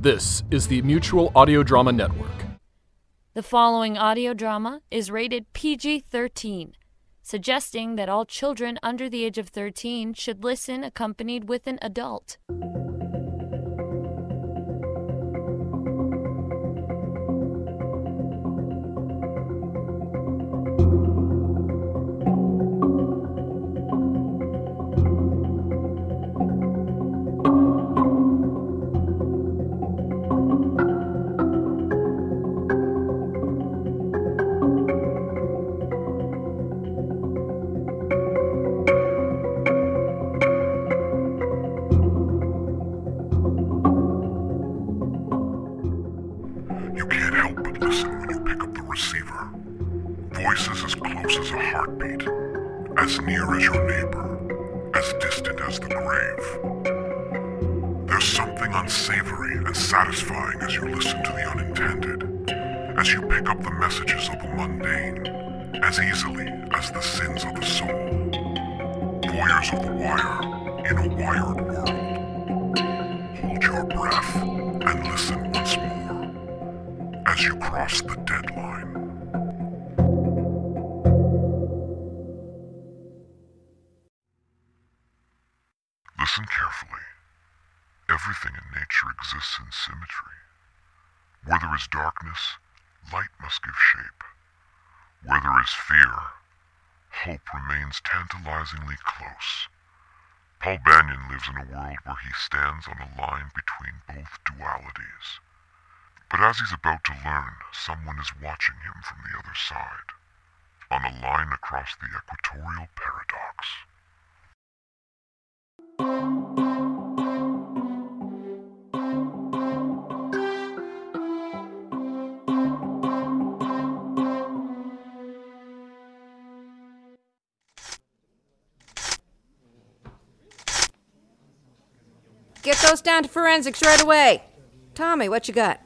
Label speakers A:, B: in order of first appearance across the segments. A: This is the Mutual Audio Drama Network.
B: The following audio drama is rated PG 13, suggesting that all children under the age of 13 should listen accompanied with an adult.
C: You can't help but listen when you pick up the receiver. Voices as close as a heartbeat, as near as your neighbor, as distant as the grave. There's something unsavory and satisfying as you listen to the unintended, as you pick up the messages of the mundane, as easily as the sins of the soul. Voyeurs of the wire in a wired world. Hold your breath and listen once more as you cross the deadline. Listen carefully. Everything in nature exists in symmetry. Where there is darkness, light must give shape. Where there is fear, hope remains tantalizingly close. Paul Banyan lives in a world where he stands on a line between both dualities. But as he's about to learn, someone is watching him from the other side, on a line across the equatorial paradox.
D: Get those down to forensics right away. Tommy, what you got?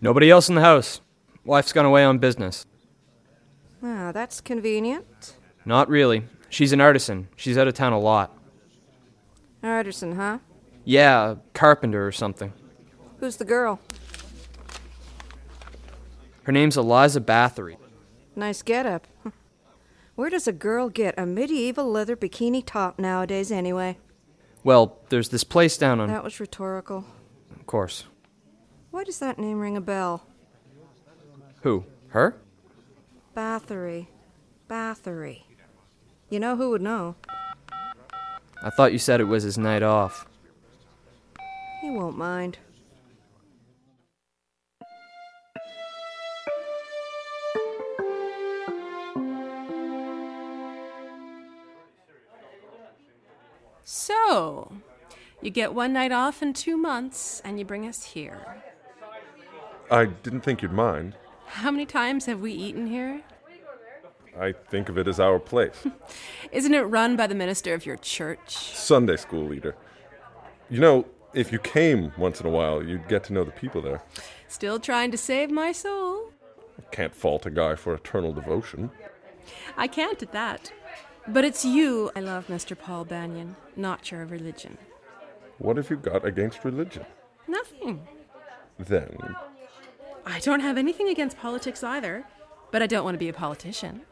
E: Nobody else in the house. Wife's gone away on business.
D: Oh, that's convenient.
E: Not really. She's an artisan. She's out of town a lot.
D: Artisan, huh?
E: Yeah, a carpenter or something.
D: Who's the girl?
E: Her name's Eliza Bathory.
D: Nice getup. Where does a girl get a medieval leather bikini top nowadays, anyway?
E: Well, there's this place down
F: Um,
E: on.
D: That was rhetorical.
E: Of course.
D: Why does that name ring a bell?
E: Who? Her?
D: Bathory. Bathory. You know who would know?
E: I thought you said it was his night off.
D: He won't mind.
G: So, you get one night off in two months, and you bring us here.
H: I didn't think you'd mind.
G: How many times have we eaten here?
H: I think of it as our place.
G: Isn't it run by the minister of your church?
H: Sunday school leader. You know, if you came once in a while, you'd get to know the people there.
G: Still trying to save my soul?
H: Can't fault a guy for eternal devotion.
G: I can't at that. But it's you I love, Mr. Paul Banyan, not your religion.
H: What have you got against religion?
G: Nothing.
H: Then,
G: I don't have anything against politics either, but I don't want to be a politician.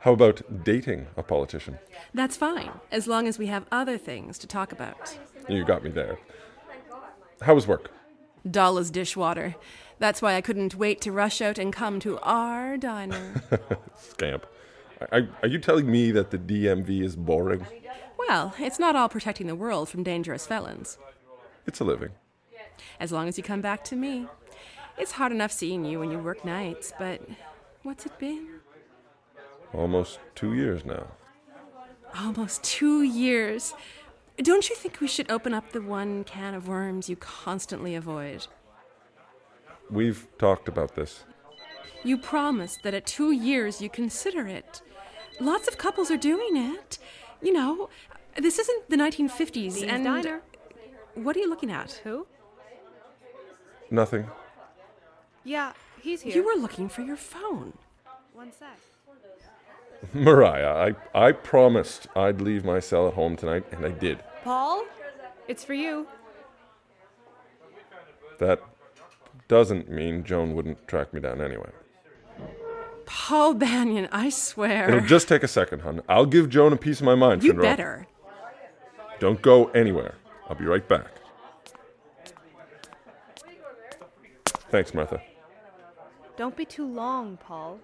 H: how about dating a politician?
G: That's fine, as long as we have other things to talk about.
H: You got me there. How was work?
G: Dull as dishwater. That's why I couldn't wait to rush out and come to our diner.
H: Scamp. I, I, are you telling me that the DMV is boring?
G: well, it's not all protecting the world from dangerous felons.
H: It's a living.
G: as long as you come back to me. It's hard enough seeing you when you work nights, but what's it been?
H: Almost two years now.
G: Almost two years. Don't you think we should open up the one can of worms you constantly avoid?
H: We've talked about this.
G: You promised that at two years you consider it. Lots of couples are doing it. You know, this isn't the 1950s and What are you looking at? Who?
H: Nothing.
I: Yeah, he's here.
G: You were looking for your phone.
I: One sec.
H: Mariah, I, I promised I'd leave my cell at home tonight, and I did.
I: Paul? It's for you.
H: That doesn't mean Joan wouldn't track me down anyway.
G: Paul Banyan, I swear.
H: It'll just take a second, hon. I'll give Joan a piece of my mind,
G: you
H: Finrock.
G: better.
H: Don't go anywhere. I'll be right back. Thanks, Martha.
I: Don't be too long, Paul.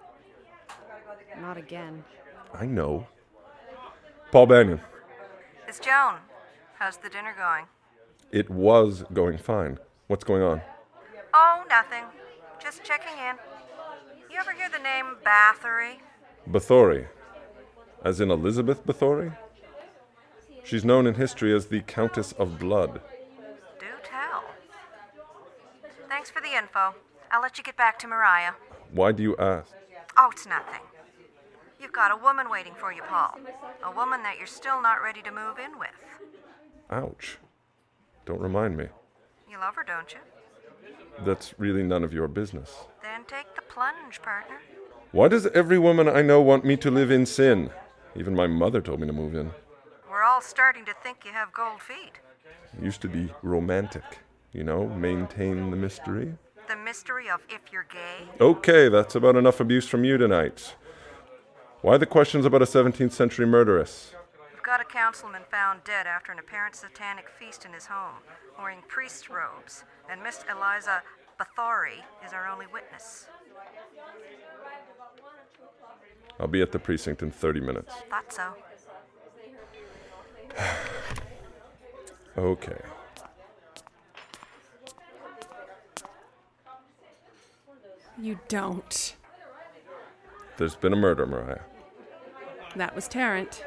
I: Not again.
H: I know. Paul Banyan.
D: It's Joan. How's the dinner going?
H: It was going fine. What's going on?
D: Oh, nothing. Just checking in. You ever hear the name Bathory?
H: Bathory. As in Elizabeth Bathory? She's known in history as the Countess of Blood.
D: Do tell. Thanks for the info. I'll let you get back to Mariah.
H: Why do you ask?
D: Oh, it's nothing. You've got a woman waiting for you, Paul. A woman that you're still not ready to move in with.
H: Ouch. Don't remind me.
D: You love her, don't you?
H: That's really none of your business.
D: Then take the plunge, partner.
H: Why does every woman I know want me to live in sin? Even my mother told me to move in.
D: We're all starting to think you have gold feet.
H: used to be romantic, you know, maintain the mystery.
D: The mystery of if you're gay.
H: Okay, that's about enough abuse from you tonight. Why the questions about a 17th century murderess?
D: We've got a councilman found dead after an apparent satanic feast in his home, wearing priest robes, and Miss Eliza Bathory is our only witness.
H: I'll be at the precinct in 30 minutes.
D: Thought so.
H: Okay.
G: You don't.
H: There's been a murder, Mariah.
G: That was Tarrant.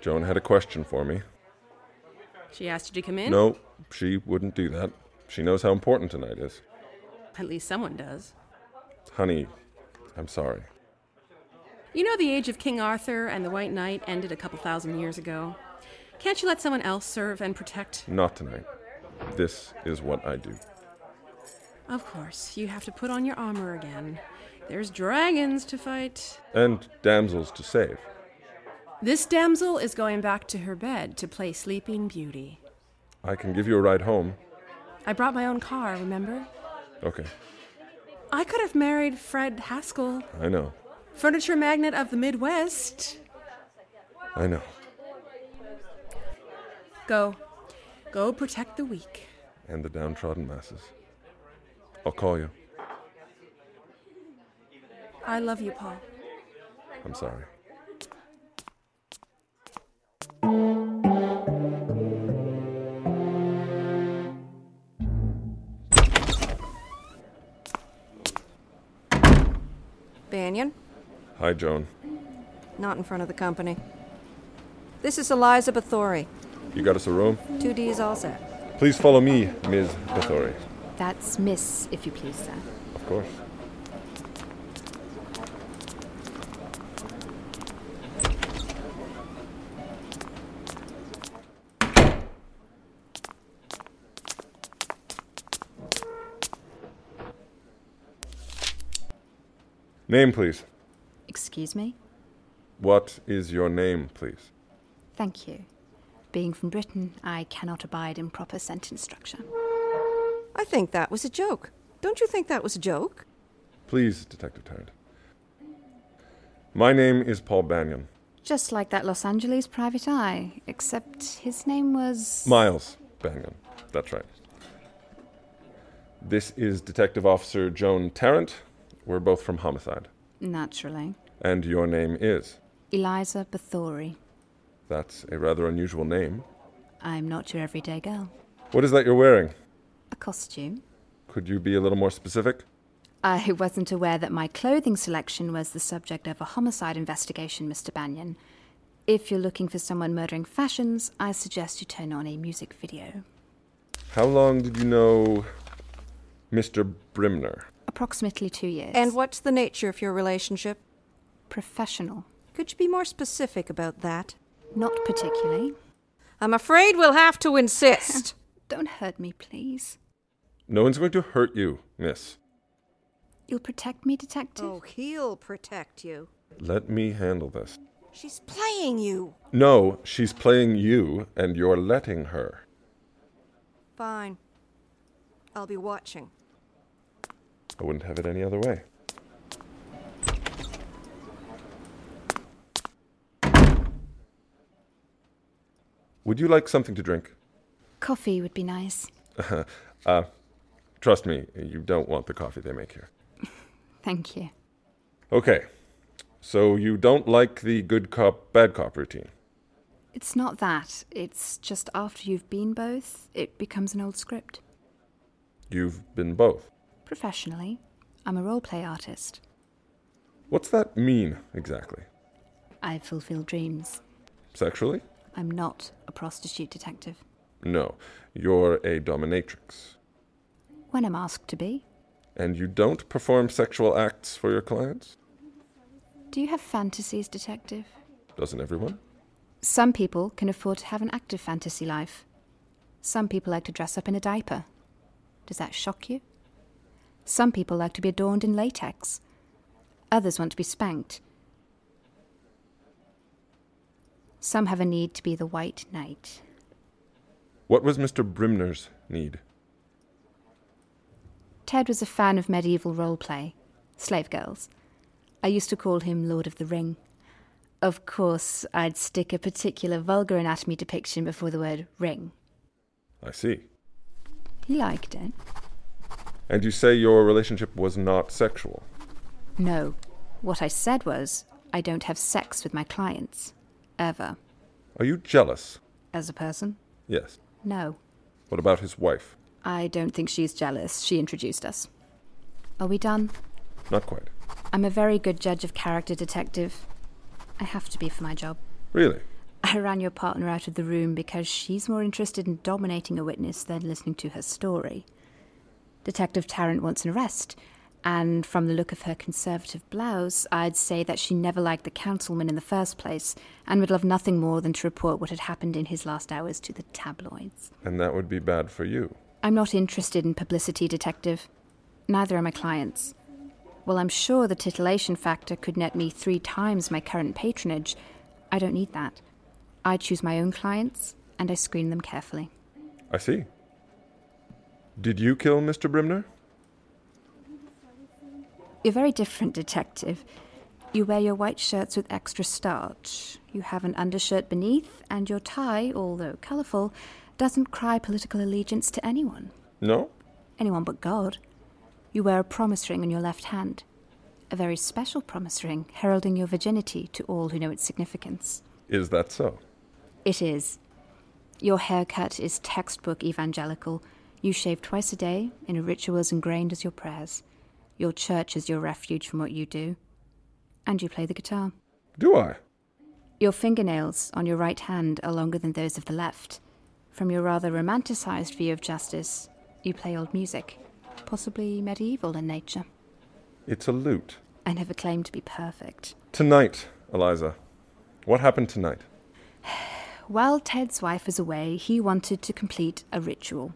H: Joan had a question for me.
G: She asked you to come in?
H: No, she wouldn't do that. She knows how important tonight is.
G: At least someone does.
H: Honey, I'm sorry.
G: You know, the age of King Arthur and the White Knight ended a couple thousand years ago. Can't you let someone else serve and protect?
H: Not tonight. This is what I do.
G: Of course, you have to put on your armor again. There's dragons to fight.
H: And damsels to save.
G: This damsel is going back to her bed to play Sleeping Beauty.
H: I can give you a ride home.
G: I brought my own car, remember?
H: Okay,
G: I could have married Fred Haskell,
H: I know.
G: furniture magnate of the Midwest.
H: I know.
G: Go. Go protect the weak.
H: And the downtrodden masses. I'll call you.
G: I love you, Paul.
H: I'm sorry.
D: Banyan?
H: Hi, Joan.
D: Not in front of the company. This is Eliza Bathory.
H: You got us a room?
D: Two D's all set.
H: Please follow me, Ms. Bathory.
J: That's Miss, if you please, sir.
H: Of course. Name, please.
J: Excuse me?
H: What is your name, please?
J: Thank you. Being from Britain, I cannot abide improper sentence structure.
D: I think that was a joke. Don't you think that was a joke?
H: Please, Detective Tarrant. My name is Paul Banyan.
J: Just like that Los Angeles private eye, except his name was.
H: Miles Banyan. That's right. This is Detective Officer Joan Tarrant. We're both from Homicide.
J: Naturally.
H: And your name is?
J: Eliza Bathory.
H: That's a rather unusual name.
J: I'm not your everyday girl.
H: What is that you're wearing?
J: A costume?
H: Could you be a little more specific?
J: I wasn't aware that my clothing selection was the subject of a homicide investigation, Mr. Banyan. If you're looking for someone murdering fashions, I suggest you turn on a music video.
H: How long did you know Mr. Brimner?
J: Approximately two years.
D: And what's the nature of your relationship?
J: Professional.
D: Could you be more specific about that?
J: Not particularly.
D: I'm afraid we'll have to insist.
J: Don't hurt me, please.
H: No one's going to hurt you, miss.
J: You'll protect me, detective?
D: oh, he'll protect you.
H: Let me handle this.
D: She's playing you.
H: No, she's playing you, and you're letting her.
D: Fine. I'll be watching.
H: I wouldn't have it any other way. Would you like something to drink?
J: Coffee would be nice.
H: Uh, trust me, you don't want the coffee they make here.
J: Thank you.
H: Okay, so you don't like the good cop, bad cop routine.
J: It's not that. It's just after you've been both, it becomes an old script.
H: You've been both.
J: Professionally, I'm a roleplay artist.
H: What's that mean exactly?
J: I fulfill dreams.
H: Sexually?
J: I'm not a prostitute detective.
H: No, you're a dominatrix.
J: When I'm asked to be,
H: And you don't perform sexual acts for your clients?
J: do you have fantasies, detective?
H: Doesn't everyone?
J: Some people can afford to have an active fantasy life. Some people like to dress up in a diaper. Does that shock you? Some people like to be adorned in latex. Others want to be spanked. Some have a need to be the white knight.
H: What was Mr. Brimner's need?
J: Ted was a fan of medieval roleplay, slave girls. I used to call him Lord of the Ring. Of course, I'd stick a particular vulgar anatomy depiction before the word ring.
H: I see.
J: He liked it.
H: And you say your relationship was not sexual.
J: No. What I said was, I don't have sex with my clients. Ever.
H: Are you jealous?
J: As a person?
H: Yes.
J: No.
H: What about his wife?
J: I don't think she's jealous. She introduced us. Are we done?
H: Not quite.
J: I'm a very good judge of character, detective. I have to be for my job.
H: Really?
J: I ran your partner out of the room because she's more interested in dominating a witness than listening to her story. Detective Tarrant wants an arrest, and from the look of her conservative blouse, I'd say that she never liked the councilman in the first place and would love nothing more than to report what had happened in his last hours to the tabloids.
H: And that would be bad for you.
J: I'm not interested in publicity, detective. Neither are my clients. While I'm sure the titillation factor could net me three times my current patronage, I don't need that. I choose my own clients and I screen them carefully.
H: I see. Did you kill Mr. Brimner?
J: You're very different, detective. You wear your white shirts with extra starch. You have an undershirt beneath, and your tie, although colourful, doesn't cry political allegiance to anyone.
H: No?
J: anyone but God. You wear a promise ring on your left hand, a very special promise ring heralding your virginity to all who know its significance.
H: Is that so?
J: It is. Your haircut is textbook evangelical. You shave twice a day in a ritual as ingrained as your prayers. Your church is your refuge from what you do. And you play the guitar.
H: Do I?
J: Your fingernails on your right hand are longer than those of the left. From your rather romanticized view of justice, you play old music, possibly medieval in nature.
H: It's a loot.
J: I never claim to be perfect.
H: Tonight, Eliza. What happened tonight?
J: While Ted's wife was away, he wanted to complete a ritual.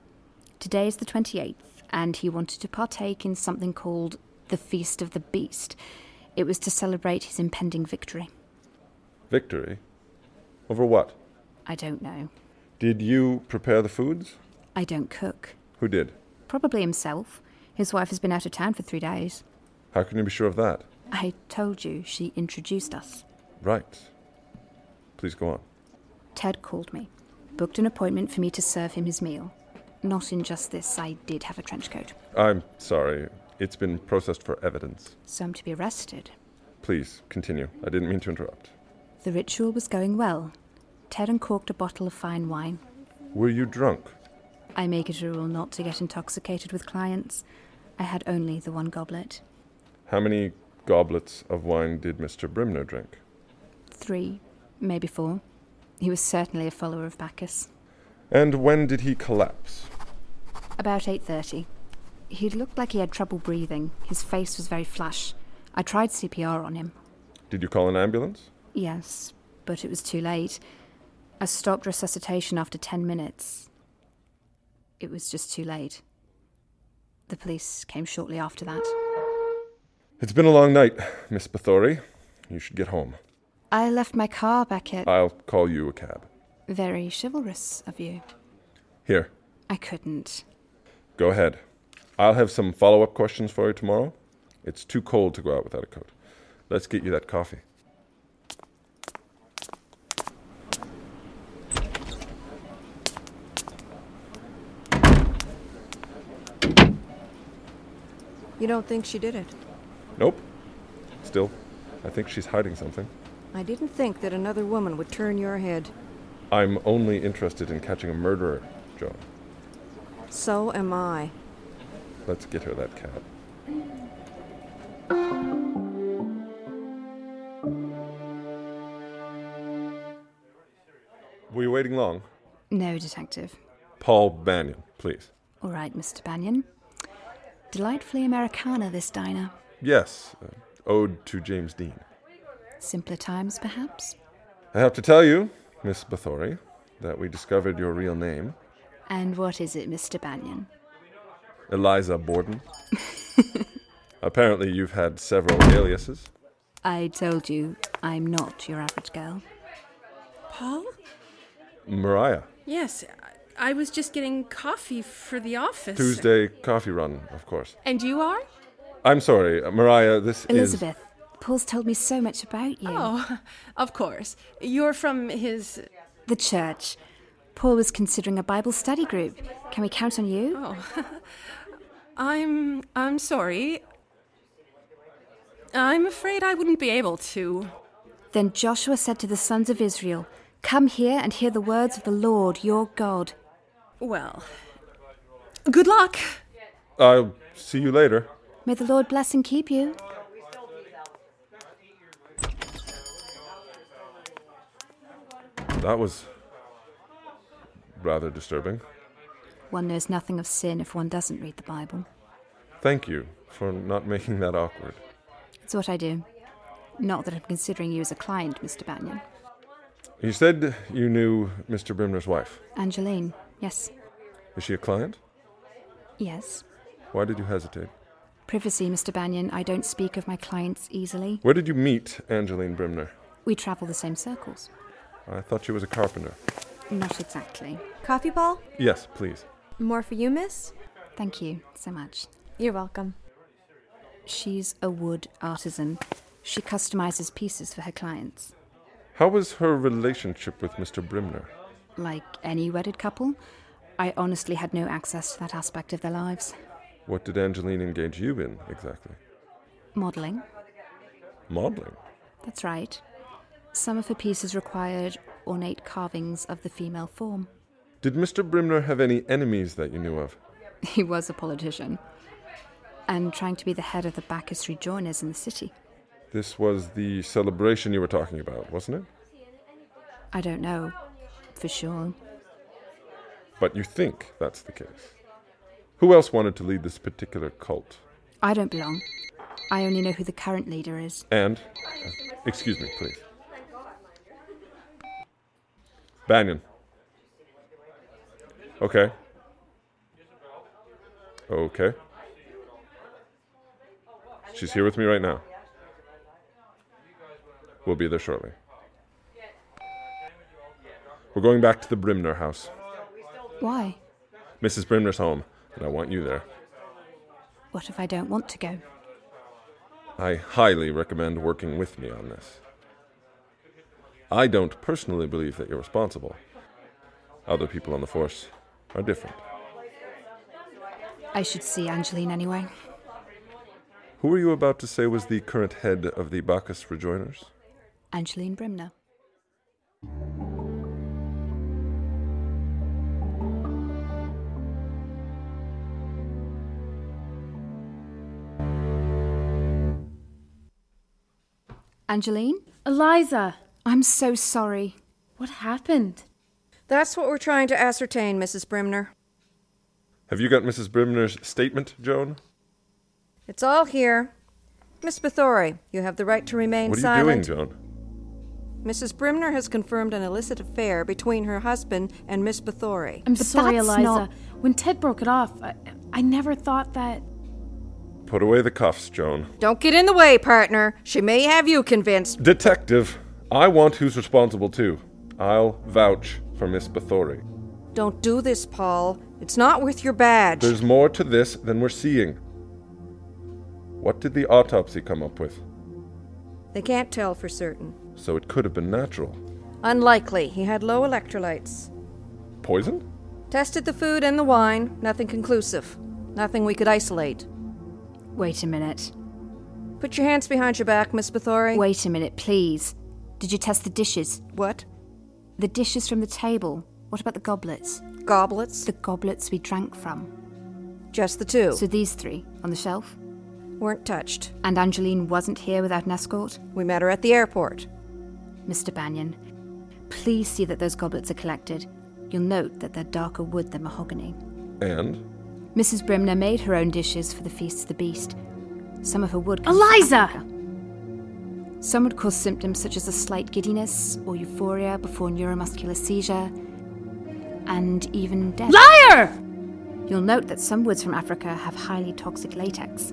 J: Today is the 28th, and he wanted to partake in something called the Feast of the Beast. It was to celebrate his impending victory.
H: Victory? Over what?
J: I don't know.
H: Did you prepare the foods?
J: I don't cook.
H: Who did?
J: Probably himself. His wife has been out of town for three days.
H: How can you be sure of that?
J: I told you she introduced us.
H: Right. Please go on.
J: Ted called me, booked an appointment for me to serve him his meal. Not in just this, I did have a trench coat.
H: I'm sorry. It's been processed for evidence.
J: So I'm to be arrested.
H: Please continue. I didn't mean to interrupt.
J: The ritual was going well. Ted uncorked a bottle of fine wine.
H: Were you drunk?
J: I make it a rule not to get intoxicated with clients. I had only the one goblet.
H: How many goblets of wine did Mr. Brimner drink?
J: Three, maybe four. He was certainly a follower of Bacchus.
H: And when did he collapse?
J: About 8.30. He looked like he had trouble breathing. His face was very flush. I tried CPR on him.
H: Did you call an ambulance?
J: Yes, but it was too late. I stopped resuscitation after 10 minutes. It was just too late. The police came shortly after that.
H: It's been a long night, Miss Bathory. You should get home.
J: I left my car back at.
H: I'll call you a cab.
J: Very chivalrous of you.
H: Here.
J: I couldn't.
H: Go ahead. I'll have some follow up questions for you tomorrow. It's too cold to go out without a coat. Let's get you that coffee.
K: You don't think she did it?
H: Nope. Still, I think she's hiding something.
K: I didn't think that another woman would turn your head.
H: I'm only interested in catching a murderer, Joan.
K: So am I.
H: Let's get her that cab. Were you waiting long?
J: No, Detective.
H: Paul Banyan, please.
J: All right, Mr. Banyan. Delightfully Americana, this diner.
H: Yes, uh, Ode to James Dean.
J: Simpler times, perhaps?
H: I have to tell you, Miss Bathory, that we discovered your real name
J: And what is it, Mr. Banyan?
H: Eliza Borden. Apparently, you've had several aliases.
J: I told you, I'm not your average girl.
G: Paul?
H: Mariah,
G: Yes, I- I was just getting coffee for the office.
H: Tuesday coffee run, of course.
G: And you are?
H: I'm sorry, uh, Mariah, this is.
J: Elizabeth, Paul's told me so much about you.
G: Oh, of course. You're from his.
J: The church. Paul was considering a Bible study group. Can we count on you?
G: Oh. I'm. I'm sorry. I'm afraid I wouldn't be able to.
J: Then Joshua said to the sons of Israel, Come here and hear the words of the Lord your God.
G: Well, good luck.
H: I'll see you later.
J: May the Lord bless and keep you.
H: That was rather disturbing.
J: One knows nothing of sin if one doesn't read the Bible.
H: Thank you for not making that awkward.
J: It's what I do. Not that I'm considering you as a client, Mr. Banyan.
H: You said you knew Mr. Brimner's wife.
J: Angeline, yes,
H: Is she a client?
J: yes.
H: Why did you hesitate?
J: Privacy, Mr. Banyan. I don't speak of my clients easily.
H: Where did you meet Angeline Brimner?
J: We travel the same circles.
H: I thought she was a carpenter.
J: Not exactly.
I: Coffee, Paul?
H: Yes, please.
I: More for you, miss?
J: Thank you so much.
I: You're welcome.
J: She's a wood artisan. She customizes pieces for her clients.
H: How was her relationship with Mr. Brimner?
J: Like any wedded couple, I honestly had no access to that aspect of their lives.
H: What did Angeline engage you in exactly?
J: Modelling,
H: Modeling.
J: that's right. Some of her pieces required ornate carvings of the female form.
H: Did Mr. Brimner have any enemies that you knew of?
J: He was a politician and trying to be the head of the Bacchus rejoiners in the city.
H: This was the celebration you were talking about, wasn't it?
J: I don't know for sure.
H: But you think that's the case. Who else wanted to lead this particular cult?
J: I don't belong. I only know who the current leader is.
H: And, uh, excuse me, please. Banyan. Okay. Okay. She's here with me right now. We'll be there shortly. We're going back to the Brimner house.
J: Why?
H: Mrs. Brimner's home, and I want you there.
J: What if I don't want to go?
H: I highly recommend working with me on this. I don't personally believe that you're responsible. Other people on the force are different.
J: I should see Angeline anyway.
H: Who were you about to say was the current head of the Bacchus Rejoiners?
J: Angeline Brimner. Angeline?
L: Eliza,
J: I'm so sorry.
L: what happened?
K: That's what we're trying to ascertain, Mrs. Brimner.
H: Have you got Mrs. Brimner's statement, Joan?
K: It's all here. Miss Bathory, you have the right to remain
H: what are
K: silent.
H: you doing, Joan?
K: Mrs. Brimner has confirmed an illicit affair between her husband and Miss Bathory.
L: I'm
J: But
L: sorry,
J: that's
L: Eliza.
J: not-
L: When Ted broke it off, I, I never thought that.
H: Put away the cuffs, Joan.
K: Don't get in the way, partner. She may have you convinced.
H: Detective, I want who's responsible too. I'll vouch for Miss Bathory.
K: Don't do this, Paul. It's not worth your badge.
H: There's more to this than we're seeing. What did the autopsy come up with?
K: They can't tell for certain.
H: So it could have been natural.
K: Unlikely. He had low electrolytes.
H: Poison?
K: Tested the food and the wine. Nothing conclusive. Nothing we could isolate.
J: Wait a minute.
K: Put your hands behind your back, Miss Bathory.
J: Wait a minute, please. Did you test the dishes?
K: What?
J: The dishes from the table. What about the goblets?
K: Goblets?
J: The goblets we drank from.
K: Just the
L: Oh.
K: two.
J: So these three on the shelf?
K: Weren't touched.
J: And Angeline wasn't here without an escort?
K: We met her at the airport.
J: Mr. Banyan, please see that those goblets are collected. You'll note that they're darker wood than mahogany.
H: And?
J: Mrs. Brimner made her own dishes for the Feast of the Beast. Some of her wood. comes from
L: Eliza!
J: Africa. Some would cause symptoms such as a slight giddiness or euphoria before neuromuscular seizure, and even death.
L: Liar!
J: You'll note that some woods from Africa have highly toxic latex.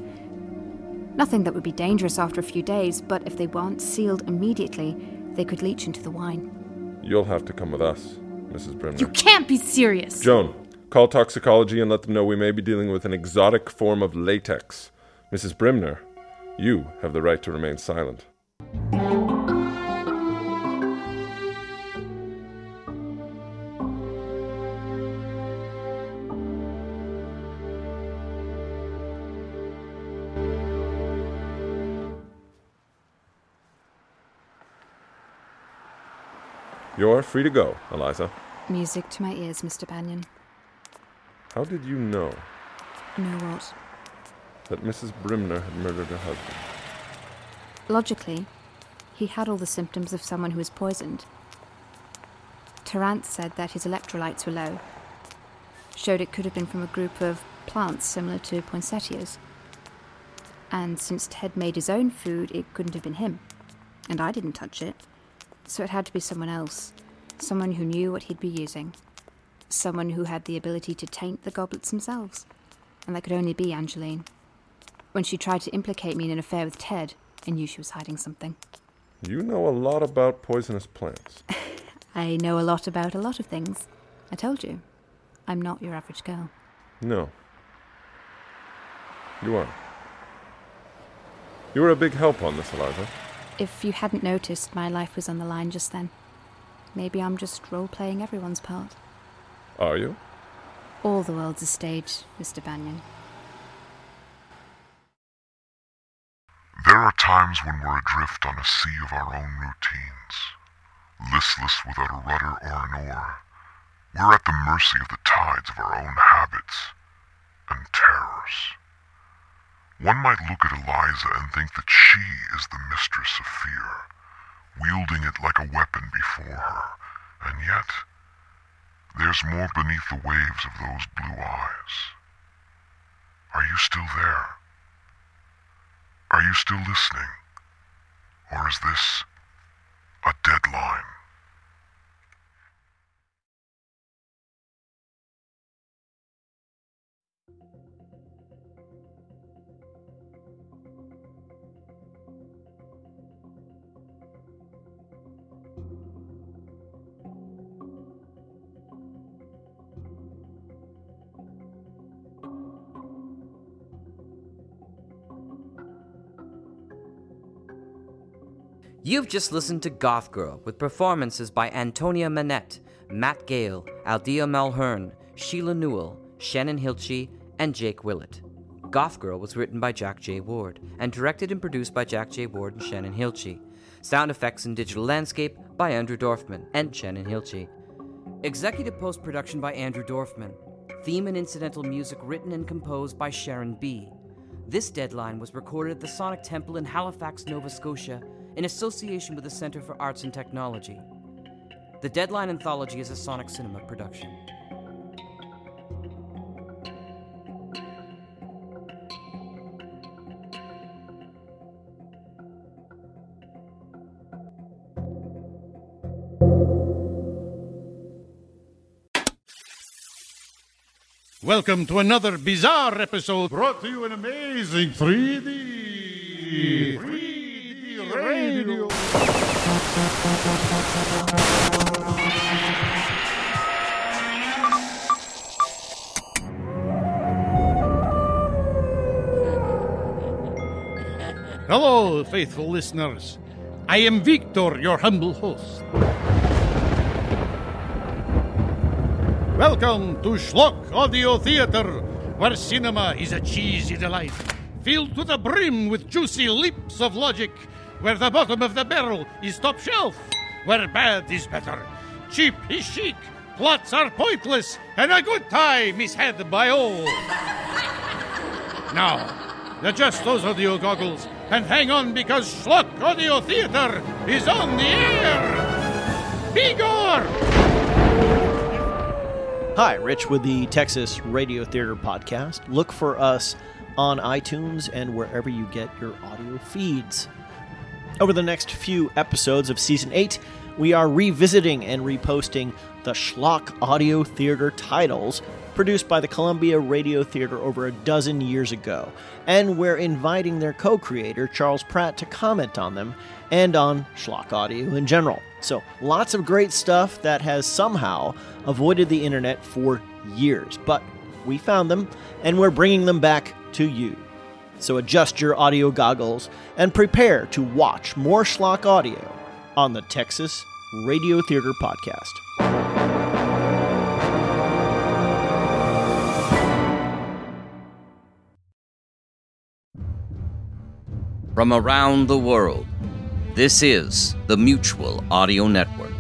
J: Nothing that would be dangerous after a few days, but if they weren't sealed immediately, they could leach into the wine.
H: You'll have to come with us, Mrs. Brimner.
L: You can't be serious.
H: Joan, call toxicology and let them know we may be dealing with an exotic form of latex. Mrs. Brimner, you have the right to remain silent. You're free to go, Eliza.
J: Music to my ears, Mr. Banyan.
H: How did you know
J: You know what?
H: that Mrs. Brimner had murdered her husband?
J: Logically, he had all the symptoms of someone who was poisoned. Tarrant said that his electrolytes were low, showed it could have been from a group of plants similar to poinsettias. And since Ted made his own food, it couldn't have been him. And I didn't touch it. So it had to be someone else. Someone who knew what he'd be using. Someone who had the ability to taint the goblets themselves. And that could only be Angeline. When she tried to implicate me in an affair with Ted, I knew she was hiding something.
H: You know a lot about poisonous plants.
J: I know a lot about a lot of things. I told you, I'm not your average girl.
H: No. You are. You were a big help on this, Eliza.
J: If you hadn't noticed, my life was on the line just then. Maybe I'm just role playing everyone's part.
H: Are you?
J: All the world's a stage, Mr. Banyan.
C: There are times when we're adrift on a sea of our own routines, listless without a rudder or an oar. We're at the mercy of the tides of our own habits and terrors. One might look at Eliza and think that she is the mistress of fear, wielding it like a weapon before her, and yet there's more beneath the waves of those blue eyes. Are you still there? Are you still listening? Or is this a deadline?
F: You've just listened to Goth Girl with performances by Antonia Manette, Matt Gale, Aldea Malhern, Sheila Newell, Shannon Hilchey, and Jake Willett. Goth Girl was written by Jack J. Ward and directed and produced by Jack J. Ward and Shannon Hilchey. Sound effects and digital landscape by Andrew Dorfman and Shannon Hilchey. Executive post production by Andrew Dorfman. Theme and incidental music written and composed by Sharon B. This deadline was recorded at the Sonic Temple in Halifax, Nova Scotia, in association with the Center for Arts and Technology. The Deadline Anthology is a Sonic Cinema production.
M: Welcome to another bizarre episode brought to you in amazing 3D. 3D radio.
H: Hello, faithful listeners. I am Victor, your humble host. Welcome to Schlock Audio Theater, where cinema is a cheesy delight, filled to the brim with juicy leaps of logic, where the bottom of the barrel is top shelf, where bad is better, cheap is chic, plots are pointless, and a good time is had by all. Now, adjust those audio goggles and hang on because Schlock Audio Theater is on the air! Bigor!
G: Hi, Rich with the Texas Radio Theater Podcast. Look for us on iTunes and wherever you get your audio feeds. Over the next few episodes of Season 8, we are revisiting and reposting the Schlock Audio Theater titles produced by the Columbia Radio Theater over a dozen years ago, and we're inviting their co creator, Charles Pratt, to comment on them and on Schlock Audio in general. So, lots of great stuff that has somehow avoided the internet for years, but we found them and we're bringing them back to you. So, adjust your audio goggles and prepare to watch more Schlock Audio on the Texas Radio Theater Podcast.
D: From around the world, this is the Mutual Audio Network.